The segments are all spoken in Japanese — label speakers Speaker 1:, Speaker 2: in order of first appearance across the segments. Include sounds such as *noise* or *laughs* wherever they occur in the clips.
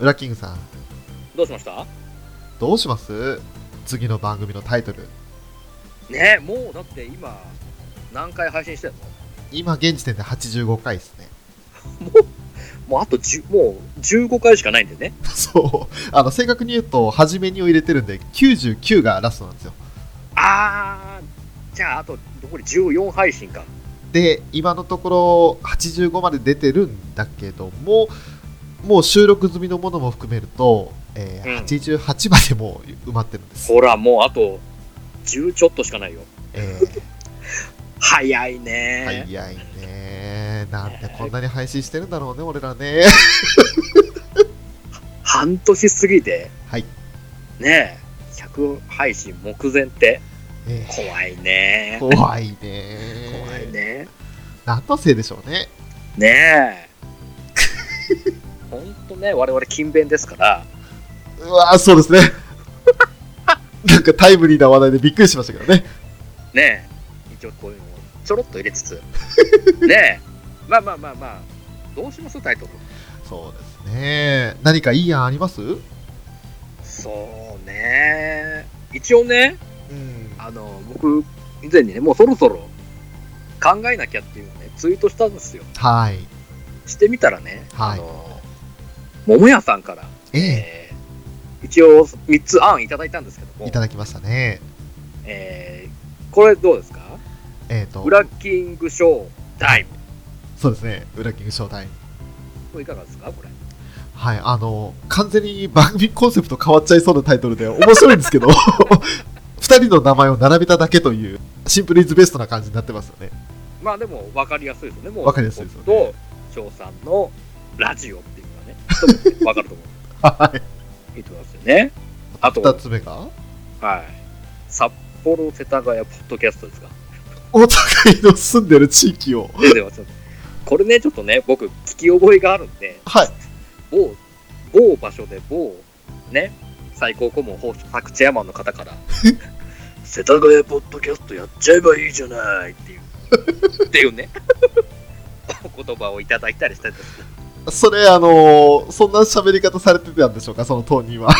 Speaker 1: 裏キングさん
Speaker 2: どうしました
Speaker 1: どうします次の番組のタイトル
Speaker 2: ねえもうだって今何回配信してんの
Speaker 1: 今現時点で85回ですね *laughs*
Speaker 2: もうあと10もう15回しかないんだよね
Speaker 1: そうあの正確に言うと初めにを入れてるんで99がラストなんですよ
Speaker 2: ああじゃああと残り14配信か
Speaker 1: で今のところ85まで出てるんだけどももう収録済みのものも含めると、えー
Speaker 2: うん
Speaker 1: 88までもう埋まってるんです、
Speaker 2: ほらもうあと10ちょっとしかないよ
Speaker 1: え
Speaker 2: 早い
Speaker 1: ー
Speaker 2: ね、
Speaker 1: 早いねなんでこんなに配信してるんだろうね俺らね
Speaker 2: 半年過ぎて
Speaker 1: はい
Speaker 2: ねえ100配信目前って
Speaker 1: えー
Speaker 2: 怖いね
Speaker 1: 怖いね
Speaker 2: 怖いね
Speaker 1: 何のせいでしょうね *laughs*
Speaker 2: ねえほんとね我々勤勉ですから
Speaker 1: うわーそうですね *laughs* なんかタイムリーな話題でびっくりしましたけどね
Speaker 2: ねえ一応こういうのをちょろっと入
Speaker 1: *laughs*
Speaker 2: れつつねえまあまあまあまあどうしますタイトル
Speaker 1: そうですね何かいい案ありますうん
Speaker 2: そうね一応ねあの僕以前にねもうそろそろ考えなきゃっていうのをねツイートしたんですよ
Speaker 1: はい
Speaker 2: してみたらね、
Speaker 1: はい
Speaker 2: あの桃屋さんから、
Speaker 1: え
Speaker 2: えー一応3つ案いただいたんですけど
Speaker 1: え
Speaker 2: も
Speaker 1: いただきましたね
Speaker 2: えーこれどうですか
Speaker 1: えっ、と
Speaker 2: ブラッキングショータイム
Speaker 1: そうですね、裏キングショータイム。
Speaker 2: これいかがですかこれ
Speaker 1: はい、あの、完全に番組コンセプト変わっちゃいそうなタイトルで面白いんですけど、 *laughs* 二人の名前を並べただけという、シンプルイズベストな感じになってますよね。
Speaker 2: まあでも分かりやすいですよねもう
Speaker 1: 分かりやすいですよね
Speaker 2: と翔さんのラジオっていうのはね一目で分かると思
Speaker 1: はい。
Speaker 2: ういいと思いますよねあと
Speaker 1: 二つ目が、
Speaker 2: はい札幌世田谷ポッドキャストですか
Speaker 1: お互いの住んでる地域を、
Speaker 2: 出てますよこれね、ちょっとね、僕、聞き覚えがあるんで、
Speaker 1: はい、
Speaker 2: 某、某場所で某、ね、最高顧問放作チェアマンの方
Speaker 1: *laughs*
Speaker 2: から、世田谷ポッドキャストやっちゃえばいいじゃないっていう、っていうね、お言葉をいただいたりしたんですけど
Speaker 1: それ、あの、そんな喋り方されてたんでしょうか、その当 *laughs* 人は。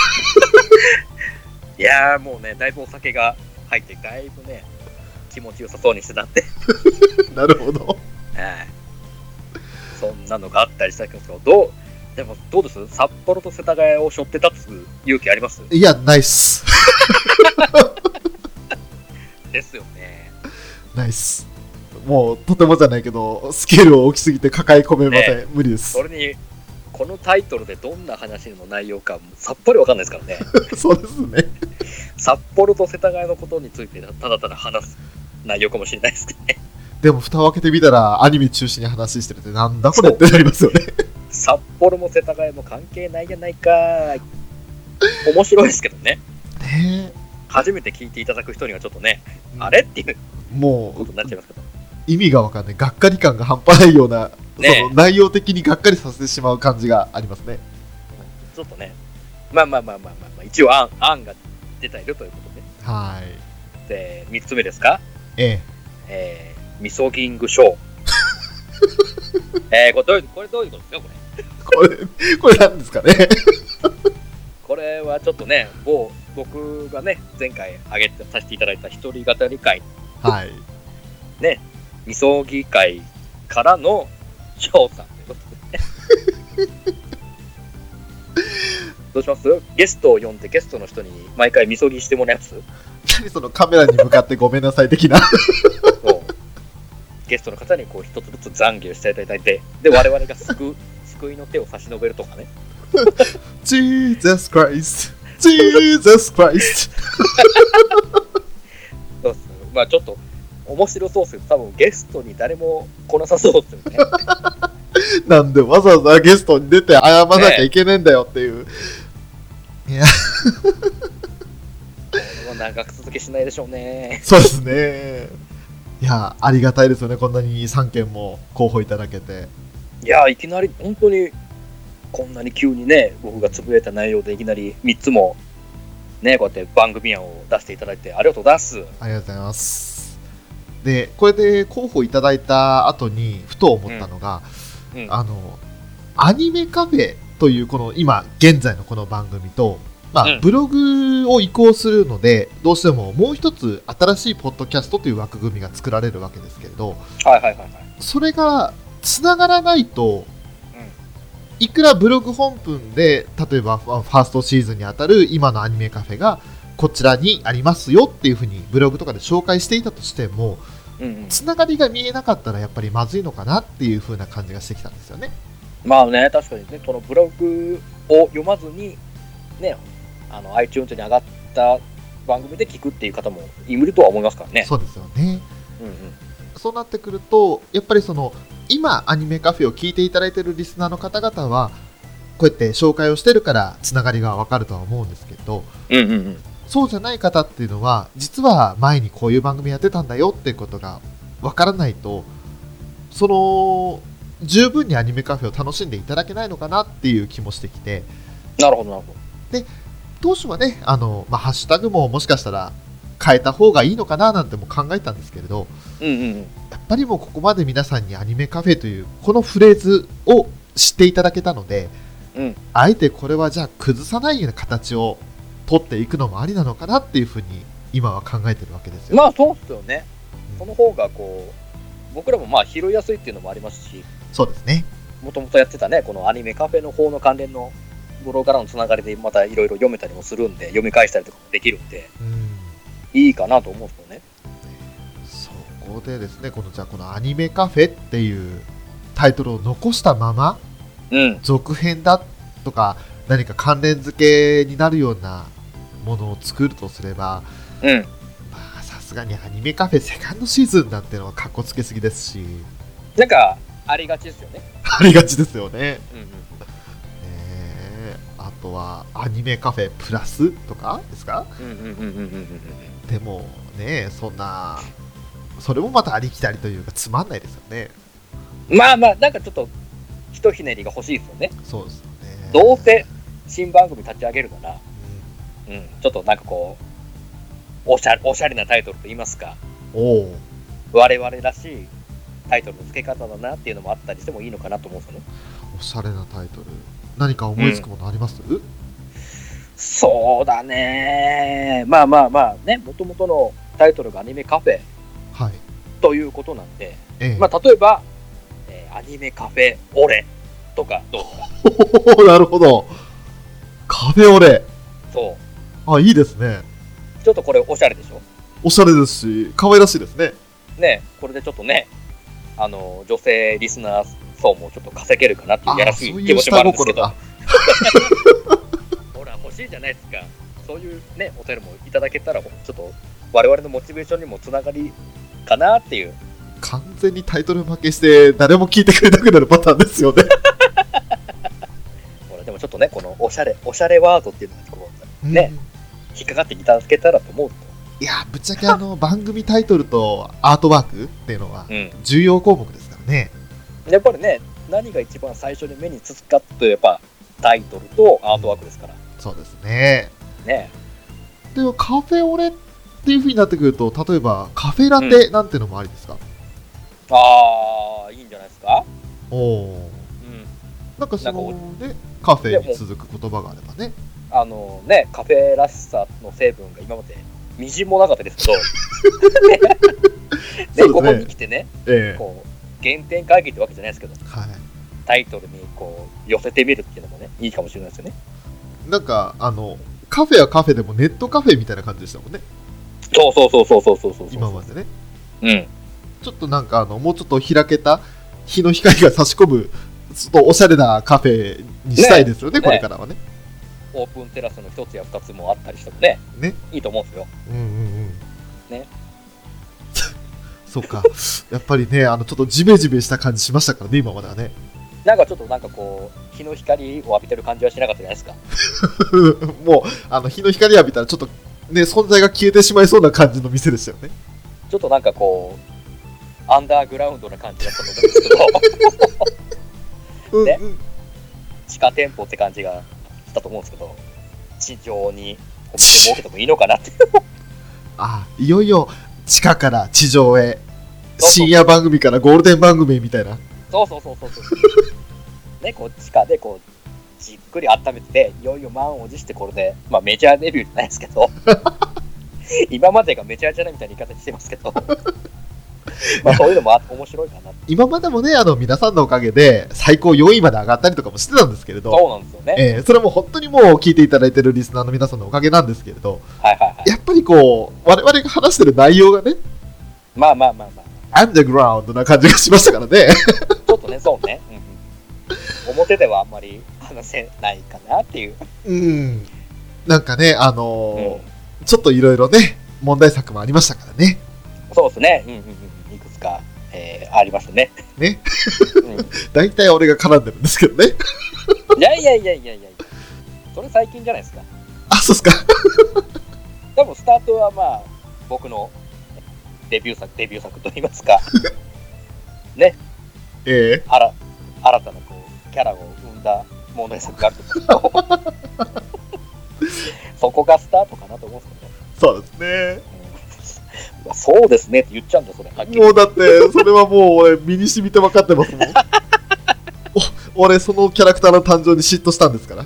Speaker 2: いやー、もうね、だいぶお酒が入って、だいぶね、気持ちよさそうにしてたんで、
Speaker 1: なるほど。
Speaker 2: はいそんなのがあったりしたんですけど、どう、でもどうです札幌と世田谷を背負って立つ勇気あります
Speaker 1: いや、ナイス。
Speaker 2: ですよね。
Speaker 1: ナイス。もう、とてもじゃないけど、スケール大きすぎて抱え込めません。無理です
Speaker 2: そ。れに、このタイトルでどんな話の内容か、さっぱりわかんないですからね。
Speaker 1: そうですね。
Speaker 2: 札幌と世田谷のことについて、ただただ話す内容かもしれないですけどね。
Speaker 1: でも蓋を開けてみたらアニメ中心に話してるってなんだこれってなります *laughs* よね。
Speaker 2: 札幌も世田谷も関係ないじゃないかー。面白いですけどね。
Speaker 1: ね
Speaker 2: 初めて聞いていただく人にはちょっとね、
Speaker 1: え
Speaker 2: あれっていう
Speaker 1: も
Speaker 2: こ
Speaker 1: う
Speaker 2: とになっちゃいますけど。
Speaker 1: 意味がわかんない。がっかり感が半端ないような、
Speaker 2: ねえ
Speaker 1: その内容的にがっかりさせてしまう感じがありますね。
Speaker 2: ちょっとね、まあまあまあまあまあ、まあ、一応案、案が出ているということで。
Speaker 1: はい。
Speaker 2: で、三つ目ですか
Speaker 1: え
Speaker 2: えー、ミソギングショー。えー、これどういう、これどういうことですか、これ。
Speaker 1: え、これ、これなんですかね。
Speaker 2: これはちょっとね、某、僕がね、前回挙げてさせていただいた一人語り会、
Speaker 1: はい。
Speaker 2: ミソギ会からの翔さんということでね。どうしますゲストを呼んでゲストの人に毎回みそぎしてもらいます
Speaker 1: *laughs* 何そのカメラに向かってごめんなさい的な。
Speaker 2: そうゲストの方にこう一つずつ懺悔をしていただいてで我々が *laughs* 救う救いの手を差し伸べるとかね
Speaker 1: Jesus Christ。Jesus Christ。
Speaker 2: そうっすねまあちょっと面白そうっすよ多分ゲストに誰も来なさそうっすよね
Speaker 1: なんでわざわざゲストに出て謝らなきゃいけねえんだよっていう。
Speaker 2: もう長く続けしないでしょうね
Speaker 1: そうですね。いや、ありがたいですよね。こんなに3件も候補いただけて。
Speaker 2: いやいきなり本当にこんなに急にね僕がつぶやいた内容でいきなり3つもねこうやって番組案を出していただいてありがとうございます
Speaker 1: ありがとうございます。で、これで候補いただいた後に、ふと思ったのが、
Speaker 2: うん
Speaker 1: あの、アニメカフェというこの今現在のこの番組と、まあ
Speaker 2: うん
Speaker 1: ブログを移行するのでどうしてももう一つ新しいポッドキャストという枠組みが作られるわけですけれど
Speaker 2: はいはいはいはい。
Speaker 1: それがつながらないと
Speaker 2: うん
Speaker 1: いくらブログ本文で例えばファファーストシーズンにあたる今のアニメカフェがこちらにありますよっていうふうにブログとかで紹介していたとしても
Speaker 2: うんうん、
Speaker 1: つながりが見えなかったらやっぱりまずいのかなっていうふうな感じがしてきたんですよね。
Speaker 2: まあね、確かにね、そのブログを読まずに、ね、あの iTunes に上がった番組で聞くっていう方もいるとは思いますからね。
Speaker 1: そうですよね
Speaker 2: うんうん、
Speaker 1: そうなってくるとやっぱりその今アニメカフェを聞いていただいているリスナーの方々はこうやって紹介をしてるからつながりがわかるとは思うんですけど
Speaker 2: うんうんうん。
Speaker 1: そうじゃない方っていうのは実は前にこういう番組やってたんだよっていうことがわからないとその十分にアニメカフェを楽しんでいただけないのかなっていう気もしてきて
Speaker 2: なるほど、なるほど。
Speaker 1: 当初はねあの、まあ、ハッシュタグももしかしたら変えた方がいいのかななんても考えたんですけれど
Speaker 2: うんうんうん。
Speaker 1: やっぱりもうここまで皆さんにアニメカフェというこのフレーズを知っていただけたので、
Speaker 2: うん
Speaker 1: あえてこれはじゃあ崩さないような形を取っていくのもありなのかなっていうふうに今は考えてるわけですよ。
Speaker 2: まあそうっすよね。
Speaker 1: う
Speaker 2: そ
Speaker 1: ん
Speaker 2: の方がこう、僕らもまあ拾いやすいっていうのもありますし、
Speaker 1: そうですね。
Speaker 2: もともとやってたね、このアニメカフェの方の関連のブログからのつながりでまたいろいろ読めたりもするんで、読み返したりとかもできるんで、
Speaker 1: うん
Speaker 2: いいかなと思うんですよね。
Speaker 1: そこでですね、このじゃあこのアニメカフェっていうタイトルを残したまま
Speaker 2: うん。
Speaker 1: 続編だとか何か関連付けになるようなものを作るとすれば、
Speaker 2: うん。
Speaker 1: まあさすがにアニメカフェセカンドシーズンなんてのはかっこつけすぎですし、
Speaker 2: なんか、ありがちですよね。
Speaker 1: ありがちですよね。
Speaker 2: うんうん。
Speaker 1: ねえあとはアニメカフェプラスとかですか
Speaker 2: うんうんうんうんうんうん
Speaker 1: でもねそんなそれもまたありきたりというかつまんないですよね
Speaker 2: うんまあまあなんかちょっとひとひねりが欲しいですよね
Speaker 1: そうですよね
Speaker 2: どうせ新番組立ち上げるなら、
Speaker 1: うん
Speaker 2: うん、ちょっとなんかこうおしゃおしゃれなタイトルと言いますか
Speaker 1: おう
Speaker 2: 我々らしいタイトルの付け方だなっていうのもあったりしてもいいのかなと思うんですよね
Speaker 1: おしゃれなタイトル何か思いつくものあります、
Speaker 2: そうだねまあまあまあねもともとのタイトルがアニメカフェ
Speaker 1: はい
Speaker 2: ということなんで、
Speaker 1: ええ
Speaker 2: まあ、例えば、えーアニメカフェ俺とかどうですか
Speaker 1: おー *laughs* なるほどカフェオレ
Speaker 2: そ
Speaker 1: あいいですね
Speaker 2: うちょっとこれおしゃれでしょ
Speaker 1: おしゃれですし可愛らしいですね
Speaker 2: ね、これでちょっとね、あの女性リスナー層もちょっと稼げるかなってい
Speaker 1: あ
Speaker 2: うやら
Speaker 1: あ
Speaker 2: し
Speaker 1: そう
Speaker 2: い
Speaker 1: い
Speaker 2: 気
Speaker 1: う
Speaker 2: 持ちも
Speaker 1: 下
Speaker 2: あるんですけ
Speaker 1: 心
Speaker 2: ど、
Speaker 1: が
Speaker 2: ほら、欲しいじゃないですか、そういうね、お便りもいただけたら、ちょっと我々のモチベーションにもつながりかなっていう、
Speaker 1: 完全にタイトル負けして誰も聞いてくれなくなるパターンですよね
Speaker 2: ほら、でもちょっとね、このおしゃれ、おしゃれワードっていうのがこうね
Speaker 1: うん
Speaker 2: 引っかかっていただけたらと思うと、
Speaker 1: いやぶっちゃけあ
Speaker 2: *laughs*
Speaker 1: の番組タイトルとアートワークっていうのは
Speaker 2: うん、
Speaker 1: 重要項目ですからね
Speaker 2: やっぱりね、何が一番最初に目につくかといえば、タイトルとアートワークですから、
Speaker 1: そうですね
Speaker 2: ね、
Speaker 1: でもカフェオレっていうふうになってくると例えばカフェラテなんてのもありですか、
Speaker 2: あー、いいんじゃないですか。
Speaker 1: おお
Speaker 2: うん
Speaker 1: なんかその
Speaker 2: な
Speaker 1: ねカフェに続く言葉があればね
Speaker 2: あのね、カフェらしさの成分が今までみじんもなかったで
Speaker 1: *laughs*
Speaker 2: すけど、
Speaker 1: すね
Speaker 2: でここに来てね、
Speaker 1: ええ
Speaker 2: こう原点会議ってわけじゃないですけど、
Speaker 1: はい
Speaker 2: タイトルにこう寄せてみるっていうのもね、いいかもしれないですよね。
Speaker 1: なんかあのカフェはカフェでもネットカフェみたいな感じでしたもんね
Speaker 2: そうそうそうそうそうそうそうそう。
Speaker 1: 今までね
Speaker 2: うん。
Speaker 1: ちょっとなんかあのもうちょっと開けた日の光が差し込むちょっとおしゃれなカフェにしたいですよね
Speaker 2: ね
Speaker 1: これからはね
Speaker 2: オープンテラスの一つや二つもあったりしてもね、
Speaker 1: ね
Speaker 2: いいと思うんですよ。
Speaker 1: うんうんうん
Speaker 2: ね
Speaker 1: *laughs* そっかやっぱりねあのちょっとジメジメした感じしましたからね今まではね *laughs*
Speaker 2: なんかちょっとなんかこう、日の光を浴びてる感じはしなかったじゃないですか。
Speaker 1: もうあの日の光浴びたらちょっとね存在が消えてしまいそうな感じの店でしたよね
Speaker 2: ちょっとなんかこう、アンダーグラウンドな感じだったと思うんですけど。
Speaker 1: うん
Speaker 2: ね
Speaker 1: うん
Speaker 2: 地下店舗って感じがしたと思うんですけど、地上にお店設けてもいいのかなって。
Speaker 1: あいよいよ地下から地上へ
Speaker 2: そう
Speaker 1: 深夜番組からゴールデン番組へみたいな
Speaker 2: *laughs* そうそうそうそうそう。ね、こう地下でこう、じっくり温めて、いよいよ満を持してこれで、まあメジャーデビューじゃないですけ *laughs* ど、今までがメジャーじゃないみたいな言い方してますけど、まあそういうのもあ面白いかなって
Speaker 1: 今までもね、あの、皆さんのおかげで、最高4位まで上がったりとかもしてたんですけれど、
Speaker 2: そうなんですよね。
Speaker 1: えーそれも本当にもう聞いていただいてるリスナーの皆さんのおかげなんですけれど、
Speaker 2: はいはいはい。
Speaker 1: やっぱりこう、我々が話してる内容がね、
Speaker 2: まあまあまあまあ、
Speaker 1: アンダーグラウンドな感じがしましたからね。
Speaker 2: ちょっとね、そうね。うんうん表ではあんまり話せないかなっていう。
Speaker 1: うん。なんかね、あのー
Speaker 2: うん
Speaker 1: ちょっといろいろね、問題作もありましたからね。
Speaker 2: そうですね。うんうんうん。いくつか、えーありましたね。
Speaker 1: ね
Speaker 2: うん
Speaker 1: 大体俺が絡んでるんですけどね。
Speaker 2: *laughs* いやいやいやいやいやそれ最近じゃないですか。
Speaker 1: あ、そうっすか。
Speaker 2: 多分スタートはまあ、僕のデビュー作、デビュー作といいますか、
Speaker 1: え
Speaker 2: あら新たなこうキャラを生んだ問題作があると思うん *laughs* ですけど、そこがスタートかなと思うんですけど
Speaker 1: ー、
Speaker 2: ね
Speaker 1: そうです
Speaker 2: *laughs* うんうわそうですねって言っちゃうんだ、それ。はっき
Speaker 1: ね。
Speaker 2: り
Speaker 1: もうだって、それはもう俺、身に染みて分かってます
Speaker 2: *laughs*
Speaker 1: もん。お俺、そのキャラクターの誕生に嫉妬したんですから。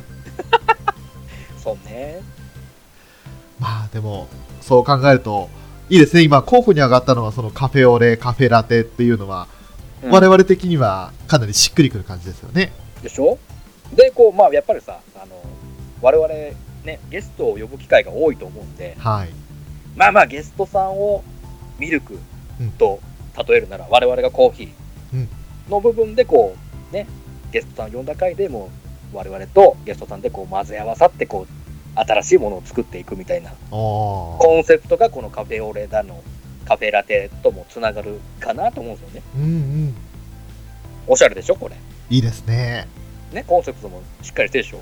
Speaker 2: そうね。
Speaker 1: まあでも、そう考えると、いいですね、今、候補に上がったのは、そのカフェオレ、カフェラテっていうのは、
Speaker 2: うん
Speaker 1: 我々的にはかなりしっくりくる感じですよね。
Speaker 2: でしょで、こう、まあ、やっぱりさ、あの、我々、ね、ゲストを呼ぶ機会が多いと思うんで、
Speaker 1: はい。
Speaker 2: まあまあゲストさんをミルクと例えるなら、我々がコーヒ
Speaker 1: うん
Speaker 2: ーの部分でこうねゲストさん呼んだ回でもう我々とゲストさんでこう混ぜ合わさってこう新しいものを作っていくみたいな
Speaker 1: おー
Speaker 2: コンセプトがこのカフェオレだのカフェラテともつながるかなと思うんですよね
Speaker 1: うんうん。
Speaker 2: おしゃれでしょこれ
Speaker 1: いいですね。
Speaker 2: ねコンセプトもしっかりしてるでしょ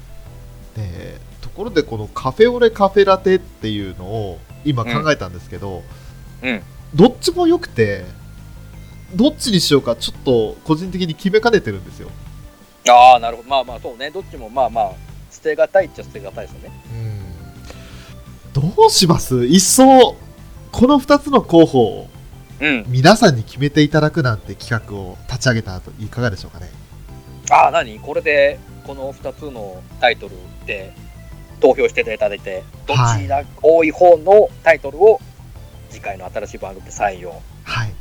Speaker 1: でところでこのカフェオレカフェラテっていうのを今考えたんですけど、
Speaker 2: うん
Speaker 1: どっちも良くてどっちにしようかちょっと個人的に決めかねてるんですよ、
Speaker 2: ああなるほどまあまあそうねどっちもまあまあ捨てがたいっちゃ捨てがたいですよね
Speaker 1: どうします一層この2つの候補を
Speaker 2: うん
Speaker 1: 皆さんに決めていただくなんて企画を立ち上げた後いかがでしょうかね
Speaker 2: ああ、何これで、この2つのタイトルで投票していただいて、どちら、多い方のタイトルを次回の新しい番組で採用。
Speaker 1: はい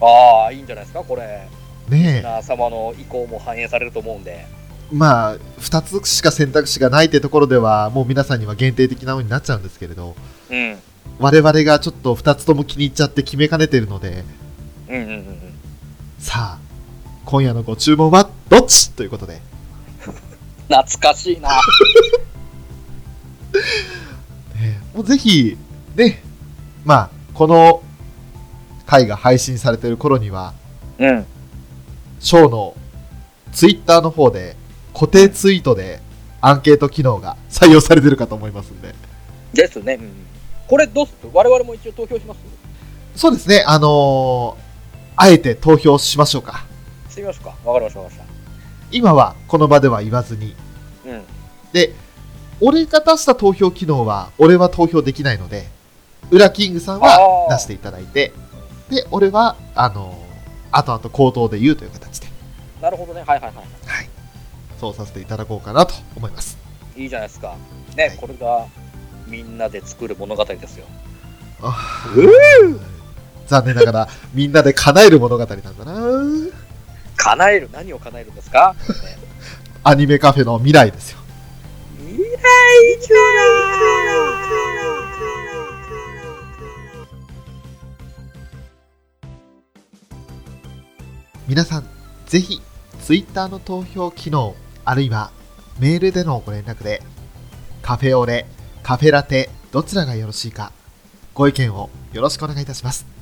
Speaker 2: ああ、いいんじゃないですか、これ。
Speaker 1: ねえ
Speaker 2: 皆様の意向も反映されると思うんで。
Speaker 1: まあ2つしか選択肢がないってところではもう皆さんには限定的なのになっちゃうんですけれど
Speaker 2: うん。
Speaker 1: 我々がちょっと2つとも気に入っちゃって決めかねてるので
Speaker 2: うんうんうんうん。
Speaker 1: さあ今夜のご注文はどっちということで、
Speaker 2: 懐かしいな。
Speaker 1: えーもうぜひねまあこの回が配信されてる頃には
Speaker 2: *laughs* うん。
Speaker 1: ショーのツイッターの方で固定ツイートでアンケート機能が採用されてるかと思いますんで
Speaker 2: ですね。うん、これ、どうする我々も一応投票します
Speaker 1: そうですねあのーあえて投票しましょうか
Speaker 2: してみましょうか。わかりました、わかりまし
Speaker 1: 今はこの場では言わずに
Speaker 2: た。うん。
Speaker 1: で、俺が出した投票機能は、俺は投票できないので、ウラキングさんは
Speaker 2: あー
Speaker 1: 出していただいて、で、俺は、あのー、後々口頭で言うという形で、
Speaker 2: なるほどね。はいはいはい。
Speaker 1: そうさせていただこうかなと思います。
Speaker 2: いいじゃないですか。
Speaker 1: は
Speaker 2: ね
Speaker 1: い、
Speaker 2: これがみんなで作る物語ですよ。
Speaker 1: あ
Speaker 2: う
Speaker 1: ー残念ながら、みんなで叶える物語なんだな
Speaker 2: 叶える何を叶えるんです
Speaker 1: *laughs*
Speaker 2: かね
Speaker 1: アニメカフェの未来ですよ。
Speaker 2: 未来じ
Speaker 1: 皆さん、ぜひ、ツイッターの投票機能、あるいは、メールでのご連絡で、カフェオレ、カフェラテ、どちらがよろしいか、ご意見をよろしくお願いいたします。